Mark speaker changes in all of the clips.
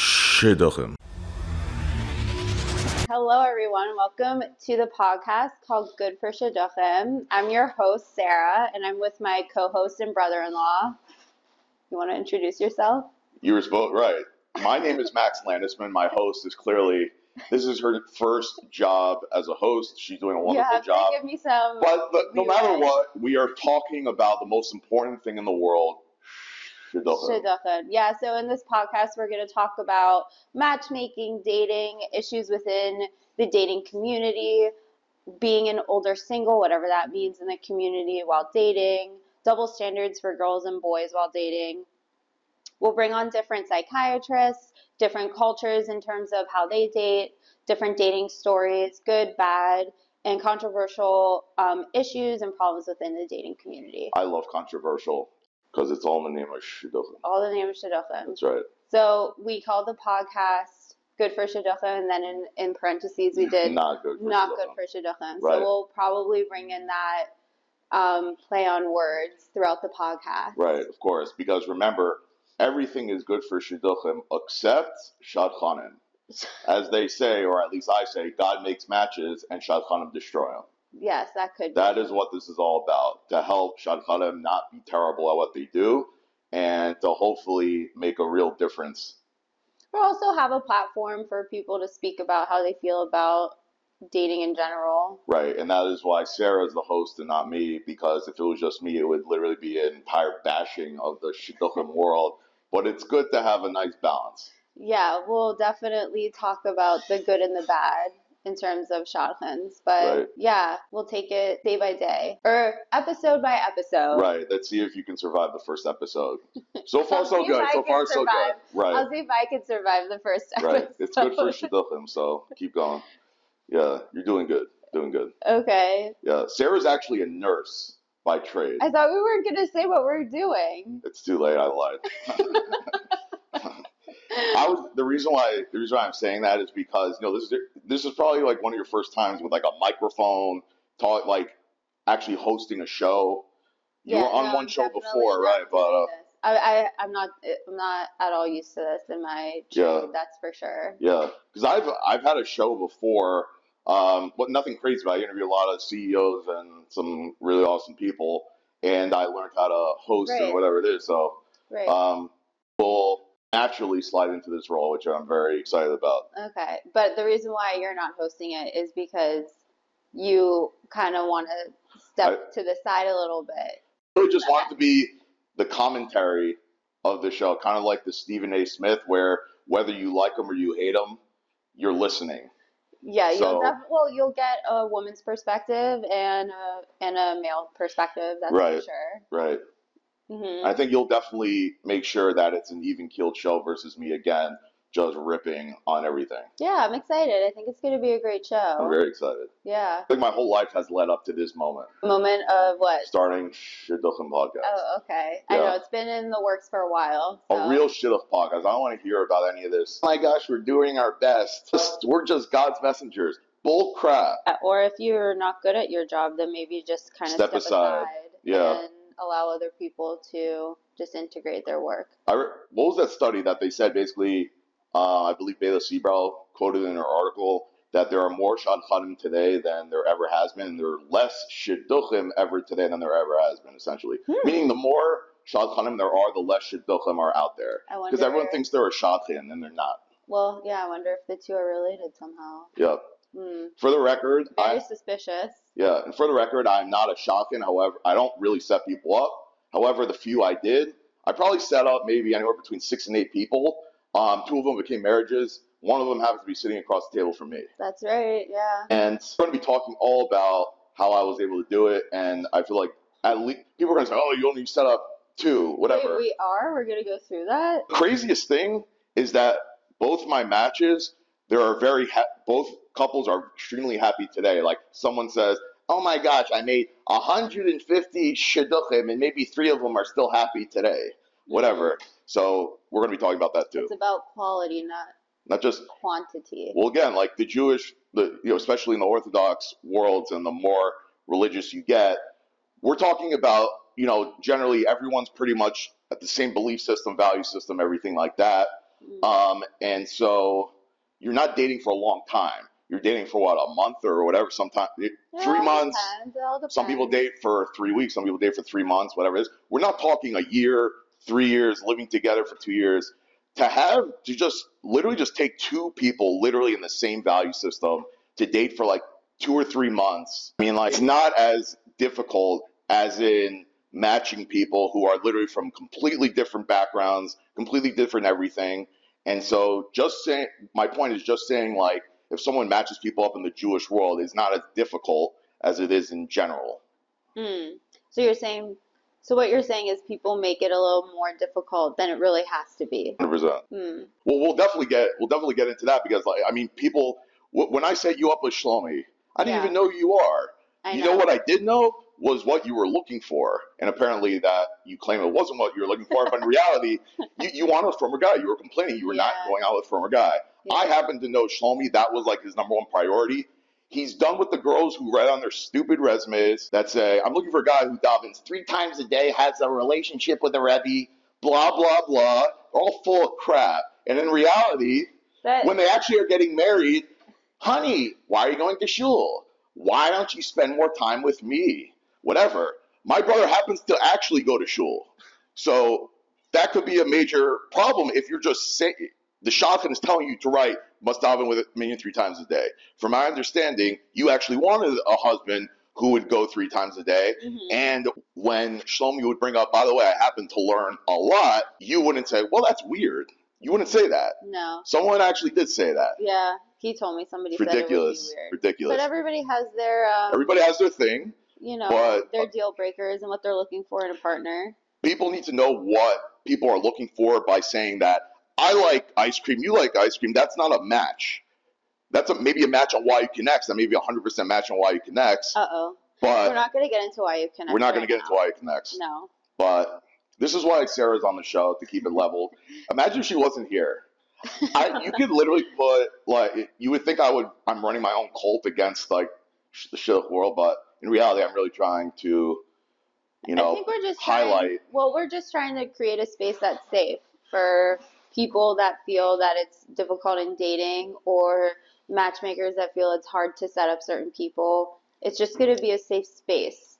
Speaker 1: Shidduchim.
Speaker 2: Hello, everyone. Welcome to the podcast called Good for Shidduchim. I'm your host, Sarah, and I'm with my co host and brother in law. You want to introduce yourself?
Speaker 3: You were both right. My name is Max Landisman. My host is clearly this is her first job as a host. She's doing a
Speaker 2: you
Speaker 3: wonderful
Speaker 2: have
Speaker 3: job.
Speaker 2: to give me some.
Speaker 3: But the, no matter
Speaker 2: leeway.
Speaker 3: what, we are talking about the most important thing in the world. Shidduchim.
Speaker 2: Shidduchim. Yeah, so in this podcast, we're going to talk about matchmaking, dating, issues within the dating community, being an older single, whatever that means in the community while dating, double standards for girls and boys while dating. We'll bring on different psychiatrists, different cultures in terms of how they date, different dating stories, good, bad, and controversial um, issues and problems within the dating community.
Speaker 3: I love controversial because it's all in the name of Shidduchim.
Speaker 2: All the name of Shidduchim.
Speaker 3: That's right.
Speaker 2: So we called the podcast Good for Shidduchim, and then in, in parentheses we did not,
Speaker 3: Not good. For
Speaker 2: Good
Speaker 3: Shidduchim.
Speaker 2: for Shidduchim. So
Speaker 3: Right.
Speaker 2: we'll probably bring in that um, play on words throughout the podcast.
Speaker 3: Right, of course. Because remember, everything is good for Shidduchim except Shadchanim. As they say, or at least I say, God makes matches and Shadchanim destroy them.
Speaker 2: Yes, that could
Speaker 3: That
Speaker 2: be.
Speaker 3: is what this is all about to help Shadchanim not be terrible at what they do and to hopefully make a real difference.
Speaker 2: We'll also have a platform for people to speak about how they feel about dating in general.
Speaker 3: Right, and that is why Sarah is the host and not me, because if it was just me, it would literally be an entire bashing of the Shidduchim world. But it's good to have a nice balance.
Speaker 2: Yeah, we'll definitely talk about the good and the bad in terms of shotguns, but
Speaker 3: Right.
Speaker 2: yeah, we'll take it day by day or episode by episode.
Speaker 3: Right. Let's see if you can survive the first episode. So far,
Speaker 2: I'll see
Speaker 3: so
Speaker 2: if
Speaker 3: good.
Speaker 2: I
Speaker 3: So
Speaker 2: can
Speaker 3: far, so
Speaker 2: survive.
Speaker 3: good. Right.
Speaker 2: I'll see if I can survive the first episode.
Speaker 3: Right. It's good for Shidduchim, so keep going. Yeah, you're doing good. Doing good.
Speaker 2: Okay.
Speaker 3: Yeah. Sarah's actually a nurse by trade.
Speaker 2: I thought we weren't going to say what we're doing.
Speaker 3: It's too late. I lied. I was the reason why the reason why I'm saying that is because you know this is this is probably like one of your first times with like a microphone, talk like actually hosting a show. You
Speaker 2: Yeah,
Speaker 3: were on
Speaker 2: no,
Speaker 3: one
Speaker 2: I'm
Speaker 3: show
Speaker 2: definitely not
Speaker 3: before, right? But uh,
Speaker 2: doing this. I, I, I'm not, I'm not at all used to this in my
Speaker 3: Yeah.
Speaker 2: job. That's for sure.
Speaker 3: Yeah, because I've I've had a show before, um, but nothing crazy. But I interviewed a lot of CEOs and some really awesome people, and I learned how to host
Speaker 2: Right.
Speaker 3: and whatever it is. So
Speaker 2: Right.
Speaker 3: um, we'll naturally slide into this role, which I'm very excited about.
Speaker 2: okay. But the reason why you're not hosting it is because you kind of want to step to the side a little bit.
Speaker 3: really just wanted to be the commentary of the show, kind of like the Stephen A. Smith, where whether you like him or you hate him, you're listening.
Speaker 2: Yeah, you'll
Speaker 3: So-
Speaker 2: def- well, you'll get a woman's perspective and a, and a male perspective. That's
Speaker 3: Right.
Speaker 2: for
Speaker 3: Right.
Speaker 2: sure. hmm
Speaker 3: I think you'll definitely make sure that it's an even keeled show versus me again, just ripping on everything.
Speaker 2: Yeah, I'm excited. I think it's going to be a great
Speaker 3: I'm
Speaker 2: show.
Speaker 3: very excited.
Speaker 2: Yeah.
Speaker 3: I think my whole life has led up to this moment,
Speaker 2: Moment of what?
Speaker 3: starting Shidduchim podcast.
Speaker 2: Oh, okay. I
Speaker 3: Yeah.
Speaker 2: know it's been in the works for a while. so-
Speaker 3: A real Shidduch podcast. I don't want to hear about any of this. Oh my gosh, we're doing our best. Just- We're just God's messengers. Bull crap.
Speaker 2: Or if you're not good at your job, then maybe just kind of step,
Speaker 3: Step aside. Yeah.
Speaker 2: and allow other people to just integrate their work.
Speaker 3: I re- what was that study that they said basically? Uh, I believe Bela Sebrow quoted in her article that there are more shadchanim today than there ever has been, and there are less shidduchim ever today than there ever has been, essentially.
Speaker 2: Hmm.
Speaker 3: Meaning, the more shadchanim there are, the less shidduchim are out there.
Speaker 2: I wonder.
Speaker 3: Because everyone thinks they're a shadchan, and they're not.
Speaker 2: Well, yeah. I wonder if the two are related somehow.
Speaker 3: Yeah.
Speaker 2: Hmm.
Speaker 3: For the record,
Speaker 2: Very
Speaker 3: I,
Speaker 2: suspicious.
Speaker 3: yeah, and for the record, I'm not a shadchan. However, I don't really set people up. However, the few I did, I probably set up maybe anywhere between six and eight people. Um, two of them became marriages. One of them happens to be sitting across the table from me.
Speaker 2: That's right. Yeah.
Speaker 3: And we're going to be talking all about how I was able to do it. And I feel like at least people are going to say, oh, you only set up two, whatever.
Speaker 2: Wait, we are. We're gonna go through that.
Speaker 3: Craziest thing is that both my matches, there are very ha- both couples are extremely happy today. Like someone says, "Oh my gosh, I made 150 shidduchim, and maybe three of them are still happy today." Whatever. So we're going to be talking about that too.
Speaker 2: It's about quality, not
Speaker 3: Not just
Speaker 2: quantity.
Speaker 3: well, again, like the Jewish, the you know, especially in the Orthodox worlds, and the more religious you get, we're talking about you know generally everyone's pretty much at the same belief system, value system, everything like that.
Speaker 2: Hmm.
Speaker 3: Um, and so you're not dating for a long time. You're dating for what a month or whatever. Sometimes
Speaker 2: It
Speaker 3: three
Speaker 2: all
Speaker 3: months.
Speaker 2: depends, it all
Speaker 3: Some people
Speaker 2: depends.
Speaker 3: date for three weeks. Some people date for three months. Whatever it is. We're not talking a year, three years, living together for two years. To have to just literally just take two people literally in the same value system to date for like two or three months. I mean, like it's not as difficult as in matching people who are literally from completely different backgrounds, completely different everything. And so, just saying, my point is just saying, like, if someone matches people up in the Jewish world, it's not as difficult as it is in general.
Speaker 2: Mm. So you're saying, so what you're saying is people make it a little more difficult than it really has to be.
Speaker 3: 100%.
Speaker 2: Mm.
Speaker 3: Well, we'll definitely get we'll definitely get into that because, like, I mean, people. wh- When I set you up with Shlomi, I didn't
Speaker 2: Yeah.
Speaker 3: even know you are.
Speaker 2: I
Speaker 3: you
Speaker 2: know.
Speaker 3: know what I did know was what you were looking for, and apparently that you claim it wasn't what you were looking for, but in reality, you, you wanted a firmer guy. You were complaining you were not
Speaker 2: Yeah.
Speaker 3: going out with a firmer guy. I
Speaker 2: Yeah.
Speaker 3: happen to know Shlomi. That was like his number one priority. He's done with the girls who write on their stupid resumes that say, "I'm looking for a guy who davens three times a day, has a relationship with a rebbe, blah blah blah." They're all full of crap. And in reality,
Speaker 2: But
Speaker 3: when they actually are getting married, honey, why are you going to shul? Why don't you spend more time with me? Whatever. My brother happens to actually go to shul. So that could be a major problem if you're just saying the shotgun is telling you to write must daven with a minion three times a day. From my understanding, you actually wanted a husband who would go three times a day.
Speaker 2: Mhm.
Speaker 3: And when Shlomi would bring up, by the way, I happen to learn a lot, you wouldn't say, well, that's weird. You wouldn't say that.
Speaker 2: no,
Speaker 3: Someone actually did say that.
Speaker 2: yeah, he told me somebody
Speaker 3: It's
Speaker 2: said it would be
Speaker 3: ridiculous.
Speaker 2: weird. But
Speaker 3: Ridiculous.
Speaker 2: everybody has their, um,
Speaker 3: Everybody has their thing.
Speaker 2: you know,
Speaker 3: but- uh,
Speaker 2: their deal breakers and what they're looking for in a partner.
Speaker 3: People need to know what people are looking for by saying that I like ice cream, you like ice cream. That's not a match. That's a, maybe a match on why you connects. That may be a hundred percent match on why you connects.
Speaker 2: Uh oh, we're
Speaker 3: but
Speaker 2: not gonna get into why you connect.
Speaker 3: we're not
Speaker 2: right
Speaker 3: going to get
Speaker 2: now.
Speaker 3: into why you connects.
Speaker 2: No.
Speaker 3: But this is why Sarah's on the show to keep it level. Imagine if she wasn't here. I, you could literally put like you would think I would. I'm running my own cult against like sh- the shit world, but in reality, I'm really trying to,
Speaker 2: I
Speaker 3: you know,
Speaker 2: think we're just Trying,
Speaker 3: highlight.
Speaker 2: well, we're just trying to create a space that's safe for people that feel that it's difficult in dating or matchmakers that feel it's hard to set up certain people. It's just going to be a safe space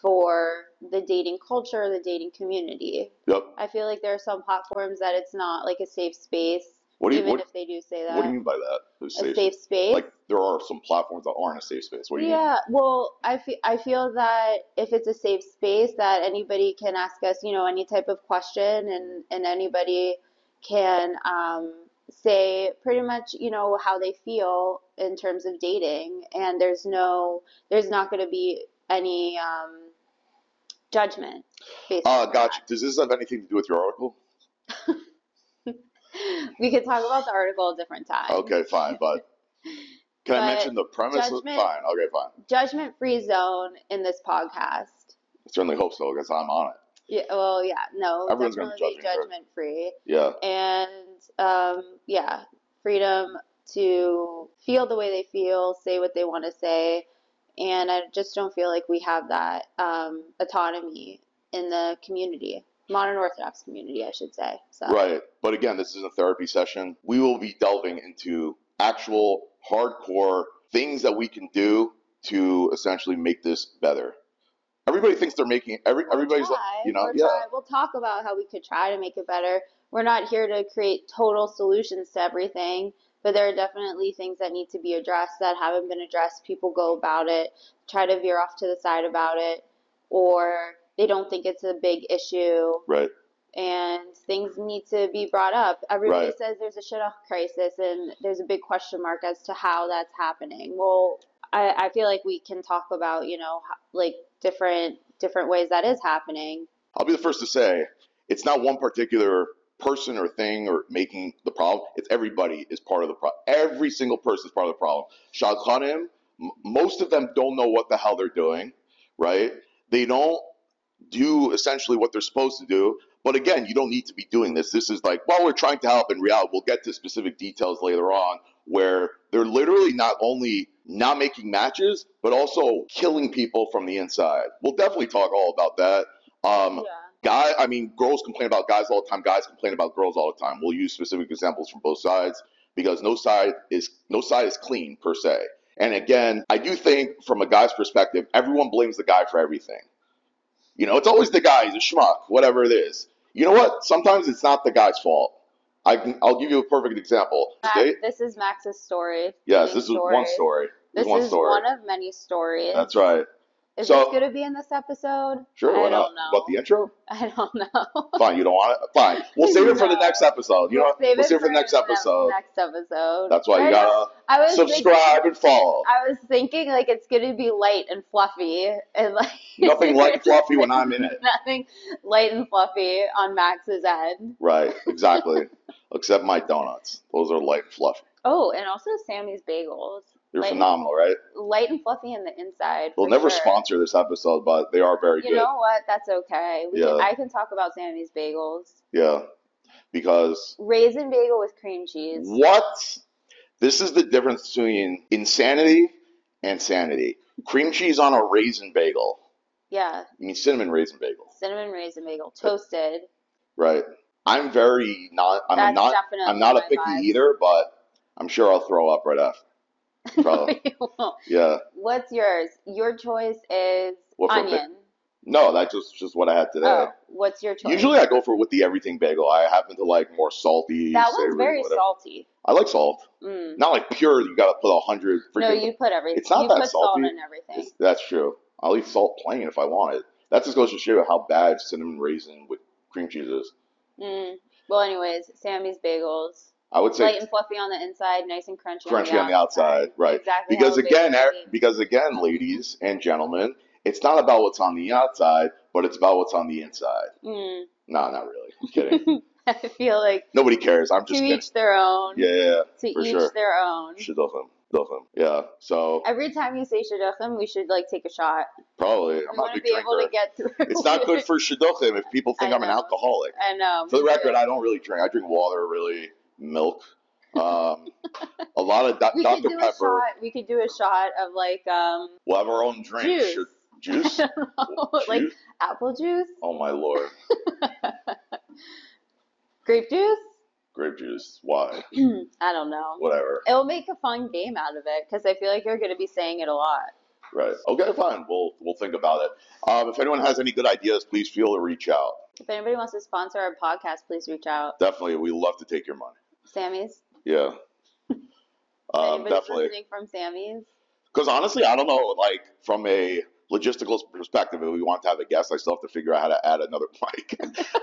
Speaker 2: for the dating culture, the dating community.
Speaker 3: Yep.
Speaker 2: I feel like there are some platforms that it's not like a safe space,
Speaker 3: What do you
Speaker 2: even
Speaker 3: what,
Speaker 2: if they do say that.
Speaker 3: what do you mean by that? It's
Speaker 2: a
Speaker 3: safe.
Speaker 2: safe space.
Speaker 3: Like there are some platforms that aren't a safe space. What do you mean?
Speaker 2: Yeah, well, I fe I feel that if it's a safe space, that anybody can ask us, you know, any type of question, and and anybody can um, say pretty much, you know, how they feel in terms of dating, and there's no, there's not going to be any um, judgment based
Speaker 3: Uh,
Speaker 2: on
Speaker 3: gotcha. Does this have anything to do with your article?
Speaker 2: that. We could talk about the article a different time.
Speaker 3: Okay, fine, but can I
Speaker 2: But
Speaker 3: mention the premise? of-
Speaker 2: judgment-
Speaker 3: Fine. Okay, fine.
Speaker 2: Judgment-free zone in this podcast.
Speaker 3: certainly hope so because I'm on it.
Speaker 2: Yeah, well, yeah, no,
Speaker 3: Everyone's gonna be
Speaker 2: definitely
Speaker 3: judging her.
Speaker 2: judgment-free.
Speaker 3: Yeah.
Speaker 2: and um, yeah, freedom to feel the way they feel, say what they want to say, and I just don't feel like we have that um, autonomy in the community, modern Orthodox community, I should say. So
Speaker 3: Right. But again, this is a therapy session. We will be delving into actual hardcore things that we can do to essentially make this better. Everybody thinks they're making every
Speaker 2: We'll
Speaker 3: everybody's like,
Speaker 2: try,
Speaker 3: you know,
Speaker 2: we'll
Speaker 3: yeah.
Speaker 2: try- we'll talk about how we could try to make it better. We're not here to create total solutions to everything, but there are definitely things that need to be addressed that haven't been addressed. People go about it, try to veer off to the side about it, or they don't think it's a big issue,
Speaker 3: Right.
Speaker 2: and things need to be brought up. Everybody
Speaker 3: Right.
Speaker 2: says there's a shidduch crisis, and there's a big question mark as to how that's happening. Well, I, I feel like we can talk about you know ho- like different different ways that is happening.
Speaker 3: I'll be the first to say it's not one particular person or thing or making the problem. It's everybody is part of the problem. Every single person is part of the problem. Shadchanim, m- most of them don't know what the hell they're doing, right? They don't do essentially what they're supposed to do. But again, you don't need to be doing this. This is like, well, we're trying to help. In reality, we'll get to specific details later on where they're literally not only not making matches, but also killing people from the inside. We'll definitely talk all about that. Um,
Speaker 2: Yeah.
Speaker 3: guy i mean girls complain about guys all the time guys complain about girls all the time we'll use specific examples from both sides because no side is no side is clean per se and again i do think from a guy's perspective everyone blames the guy for everything you know it's always the guy he's a schmuck whatever it is you know what sometimes it's not the guy's fault I can, I'll give you a perfect example.
Speaker 2: Max,
Speaker 3: They-
Speaker 2: this is Max's story.
Speaker 3: yes,
Speaker 2: Main
Speaker 3: this is one story. This
Speaker 2: This
Speaker 3: is one
Speaker 2: is
Speaker 3: story.
Speaker 2: one of many stories.
Speaker 3: That's right.
Speaker 2: is
Speaker 3: so-
Speaker 2: this going to be in this episode?
Speaker 3: Sure. why
Speaker 2: I
Speaker 3: not?
Speaker 2: don't know.
Speaker 3: What the intro?
Speaker 2: I don't know.
Speaker 3: Fine, you don't want it. Fine, we'll save it for the
Speaker 2: No.
Speaker 3: next episode. You know,
Speaker 2: We'll
Speaker 3: what? we'll save it for the
Speaker 2: for
Speaker 3: next episode.
Speaker 2: Next episode.
Speaker 3: That's why you
Speaker 2: I know.
Speaker 3: gotta
Speaker 2: I was
Speaker 3: subscribe
Speaker 2: Thinking,
Speaker 3: and follow.
Speaker 2: I was thinking like it's gonna be light and fluffy and like
Speaker 3: Nothing light and fluffy when I'm in it.
Speaker 2: nothing light and fluffy on Max's end.
Speaker 3: Right, exactly. Except my donuts; those are light and fluffy.
Speaker 2: Oh, and also Sammy's bagels.
Speaker 3: They're
Speaker 2: Light and-
Speaker 3: phenomenal, right?
Speaker 2: Light and fluffy in the inside.
Speaker 3: They'll
Speaker 2: for
Speaker 3: never
Speaker 2: sure.
Speaker 3: sponsor this episode, but they are very
Speaker 2: You
Speaker 3: good.
Speaker 2: know what? That's okay. We can,
Speaker 3: Yeah.
Speaker 2: I can talk about Sammy's bagels.
Speaker 3: Yeah, because
Speaker 2: Raisin bagel with cream cheese.
Speaker 3: what? This is the difference between insanity and sanity. Cream cheese on a raisin bagel.
Speaker 2: Yeah,
Speaker 3: I mean, cinnamon raisin bagel,
Speaker 2: cinnamon raisin bagel, toasted.
Speaker 3: right? I'm very not. I'm
Speaker 2: That's
Speaker 3: not.
Speaker 2: definitely
Speaker 3: I'm not a
Speaker 2: my
Speaker 3: picky
Speaker 2: vibe.
Speaker 3: eater, but I'm sure I'll throw up right after. Probably.
Speaker 2: You won't.
Speaker 3: Yeah.
Speaker 2: What's yours? Your choice is
Speaker 3: What for pick-
Speaker 2: onion.
Speaker 3: No, that's just just what I had today.
Speaker 2: Oh, what's your choice?
Speaker 3: Usually I go for with the everything bagel. I happen to like more salty.
Speaker 2: that
Speaker 3: savory,
Speaker 2: one's very
Speaker 3: whatever.
Speaker 2: salty.
Speaker 3: I like salt.
Speaker 2: Mm.
Speaker 3: Not like pure. You gotta put a hundred freaking.
Speaker 2: No, you put everything.
Speaker 3: It's not
Speaker 2: you
Speaker 3: that
Speaker 2: put salt
Speaker 3: salty.
Speaker 2: in everything.
Speaker 3: It's- that's true. I'll eat salt plain if I want it. That just goes to show you how bad cinnamon raisin with cream cheese is.
Speaker 2: Mm. Well, anyways, Sammy's bagels,
Speaker 3: I would say
Speaker 2: light and fluffy on the inside, nice and crunchy.
Speaker 3: Crunchy on the outside, right.
Speaker 2: Exactly. how
Speaker 3: because
Speaker 2: a bagel
Speaker 3: again,
Speaker 2: should
Speaker 3: er-
Speaker 2: be.
Speaker 3: because again, ladies and gentlemen, it's not about what's on the outside, but it's about what's on the inside.
Speaker 2: Mm.
Speaker 3: No, not really. I'm kidding.
Speaker 2: I feel like
Speaker 3: Nobody cares. I'm
Speaker 2: to
Speaker 3: just kidding.
Speaker 2: each their own.
Speaker 3: Yeah, yeah, yeah.
Speaker 2: to
Speaker 3: for
Speaker 2: each
Speaker 3: sure.
Speaker 2: their own.
Speaker 3: Shidduchim. Shidduchim. Yeah. So
Speaker 2: Every time you say shidduchim, we should like take a shot.
Speaker 3: probably
Speaker 2: We
Speaker 3: I'm not
Speaker 2: want
Speaker 3: a
Speaker 2: to
Speaker 3: big
Speaker 2: be able to
Speaker 3: drinker.
Speaker 2: get through.
Speaker 3: It's not good
Speaker 2: it.
Speaker 3: for shidduchim if people think
Speaker 2: I
Speaker 3: I'm an
Speaker 2: know.
Speaker 3: alcoholic.
Speaker 2: I know.
Speaker 3: For the record, I don't really drink. I drink water, really, milk, um, a lot of Do-
Speaker 2: we could
Speaker 3: Dr
Speaker 2: do a
Speaker 3: Pepper.
Speaker 2: shot. We could do a shot of like um
Speaker 3: We'll have our own drink.
Speaker 2: juice.
Speaker 3: Should- Juice.
Speaker 2: I don't know, like
Speaker 3: Juice?
Speaker 2: apple juice,
Speaker 3: Oh my lord.
Speaker 2: grape juice.
Speaker 3: Grape juice. Why?
Speaker 2: I don't know.
Speaker 3: Whatever.
Speaker 2: It'll make a fun game out of it because I feel like you're going to be saying it a lot.
Speaker 3: Right. Okay, fine. We'll we'll think about it. Um, if anyone has any good ideas, please feel to reach out.
Speaker 2: If anybody wants to sponsor our podcast, please reach out.
Speaker 3: Definitely, we love to take your money.
Speaker 2: Sammy's.
Speaker 3: Yeah. Um,
Speaker 2: Anybody
Speaker 3: definitely.
Speaker 2: listening from Sammy's?
Speaker 3: Because honestly, I don't know. Like from a logistical perspective, if we want to have a guest, I still have to figure out how to add another mic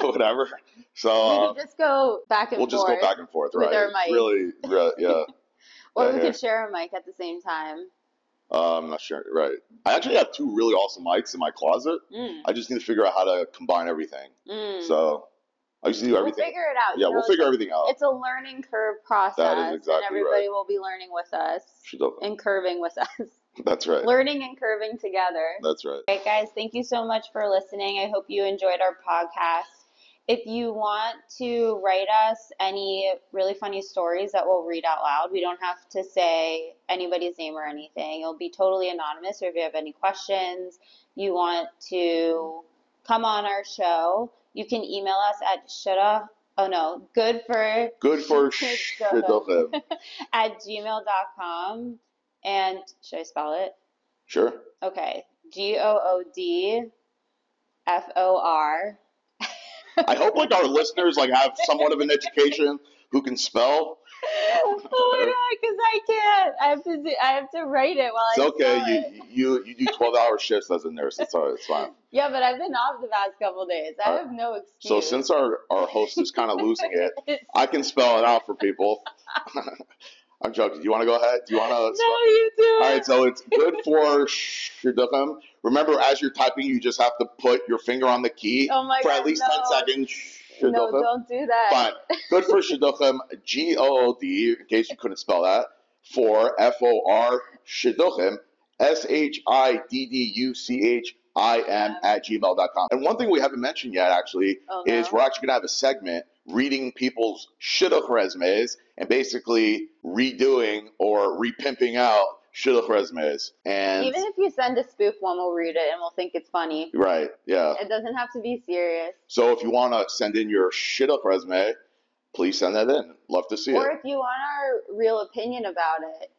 Speaker 3: or whatever. So
Speaker 2: we
Speaker 3: uh,
Speaker 2: could just go back and
Speaker 3: we'll just
Speaker 2: forth.
Speaker 3: go back and forth,
Speaker 2: with
Speaker 3: right?
Speaker 2: our
Speaker 3: It's
Speaker 2: mic.
Speaker 3: Really, really, yeah.
Speaker 2: Or
Speaker 3: Yeah,
Speaker 2: we
Speaker 3: yeah.
Speaker 2: could share a mic at the same time.
Speaker 3: Uh, I'm not sure. Right. I actually have two really awesome mics in my closet.
Speaker 2: Mm,
Speaker 3: I just need to figure out how to combine everything.
Speaker 2: mm.
Speaker 3: So I used to do
Speaker 2: we'll
Speaker 3: everything.
Speaker 2: figure it out.
Speaker 3: yeah,
Speaker 2: you know,
Speaker 3: we'll figure everything out.
Speaker 2: It's a learning curve process,
Speaker 3: exactly
Speaker 2: and everybody
Speaker 3: right.
Speaker 2: will be learning with us
Speaker 3: She's open.
Speaker 2: and curving with us,
Speaker 3: That's right.
Speaker 2: learning and curving together.
Speaker 3: That's right.
Speaker 2: All right, guys, thank you so much for listening. I hope you enjoyed our podcast. If you want to write us any really funny stories that we'll read out loud, we don't have to say anybody's name or anything. It'll be totally anonymous. Or if you have any questions, you want to come on our show, you can email us at shoulda. Oh no, good for
Speaker 3: Good for
Speaker 2: Shidduchim.
Speaker 3: Shidduchim.
Speaker 2: at gmail.com. And should I spell it?
Speaker 3: Sure.
Speaker 2: Okay. G O O D F O R.
Speaker 3: I hope like our listeners like have somewhat of an education who can spell.
Speaker 2: Oh my god, because I can't. I have to do, I have to write it while
Speaker 3: It's
Speaker 2: I
Speaker 3: okay.
Speaker 2: spell it.
Speaker 3: You you you do twelve hour shifts as a nurse. It's all right. It's fine.
Speaker 2: Yeah, but I've been off the past couple days. I
Speaker 3: All right.
Speaker 2: have no excuse.
Speaker 3: Uh, So since our our host is kind of losing it, I can spell it out for people. I'm joking. Do you want to go ahead? Do you want
Speaker 2: no,
Speaker 3: to?
Speaker 2: you do.
Speaker 3: All right. So it's good for Shidduchim. Remember, as you're typing, you just have to put your finger on the key
Speaker 2: oh my
Speaker 3: for
Speaker 2: god,
Speaker 3: at least
Speaker 2: no.
Speaker 3: ten seconds.
Speaker 2: No,
Speaker 3: Shidduchim.
Speaker 2: don't do that.
Speaker 3: Fine. Good for Shidduchim, G O O D, in case you couldn't spell that, for F O R Shidduchim, S H I D D U C H I M at gmail.com. And one thing we haven't mentioned yet, actually,
Speaker 2: Oh, no.
Speaker 3: is we're actually going to have a segment reading people's Shidduch resumes and basically redoing or repimping out shidduch resumes. And
Speaker 2: Even if you send a spoof one, we'll read it and we'll think it's funny.
Speaker 3: right, yeah.
Speaker 2: It doesn't have to be serious.
Speaker 3: So if you want to send in your shidduch resume, please send that in. Love to see
Speaker 2: Or
Speaker 3: it.
Speaker 2: if you want our real opinion about it,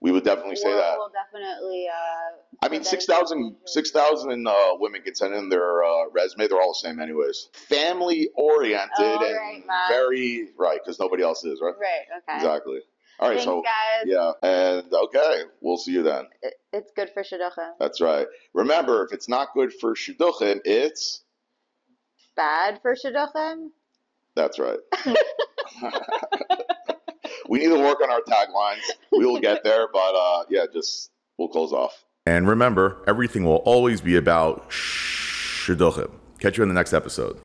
Speaker 3: We would definitely say
Speaker 2: we'll,
Speaker 3: that.
Speaker 2: we'll definitely. Uh,
Speaker 3: I
Speaker 2: put
Speaker 3: mean,
Speaker 2: that
Speaker 3: 6,000
Speaker 2: information.
Speaker 3: 6,000 uh, women can send in their uh, resume. They're all the same, anyways. Family oriented
Speaker 2: All
Speaker 3: and
Speaker 2: right, Matt.
Speaker 3: very right because nobody else is right.
Speaker 2: Right. Okay.
Speaker 3: Exactly. All right.
Speaker 2: Thanks,
Speaker 3: so
Speaker 2: guys.
Speaker 3: yeah, and okay, we'll see you then.
Speaker 2: It, it's good for shidduchim.
Speaker 3: That's right. Remember, if it's not good for shidduchim, it's
Speaker 2: Bad for shidduchim.
Speaker 3: that's right. we need to work on our taglines. We will get there, but uh, yeah, just we'll close off.
Speaker 1: And remember, everything will always be about shidduchim. Catch you in the next episode.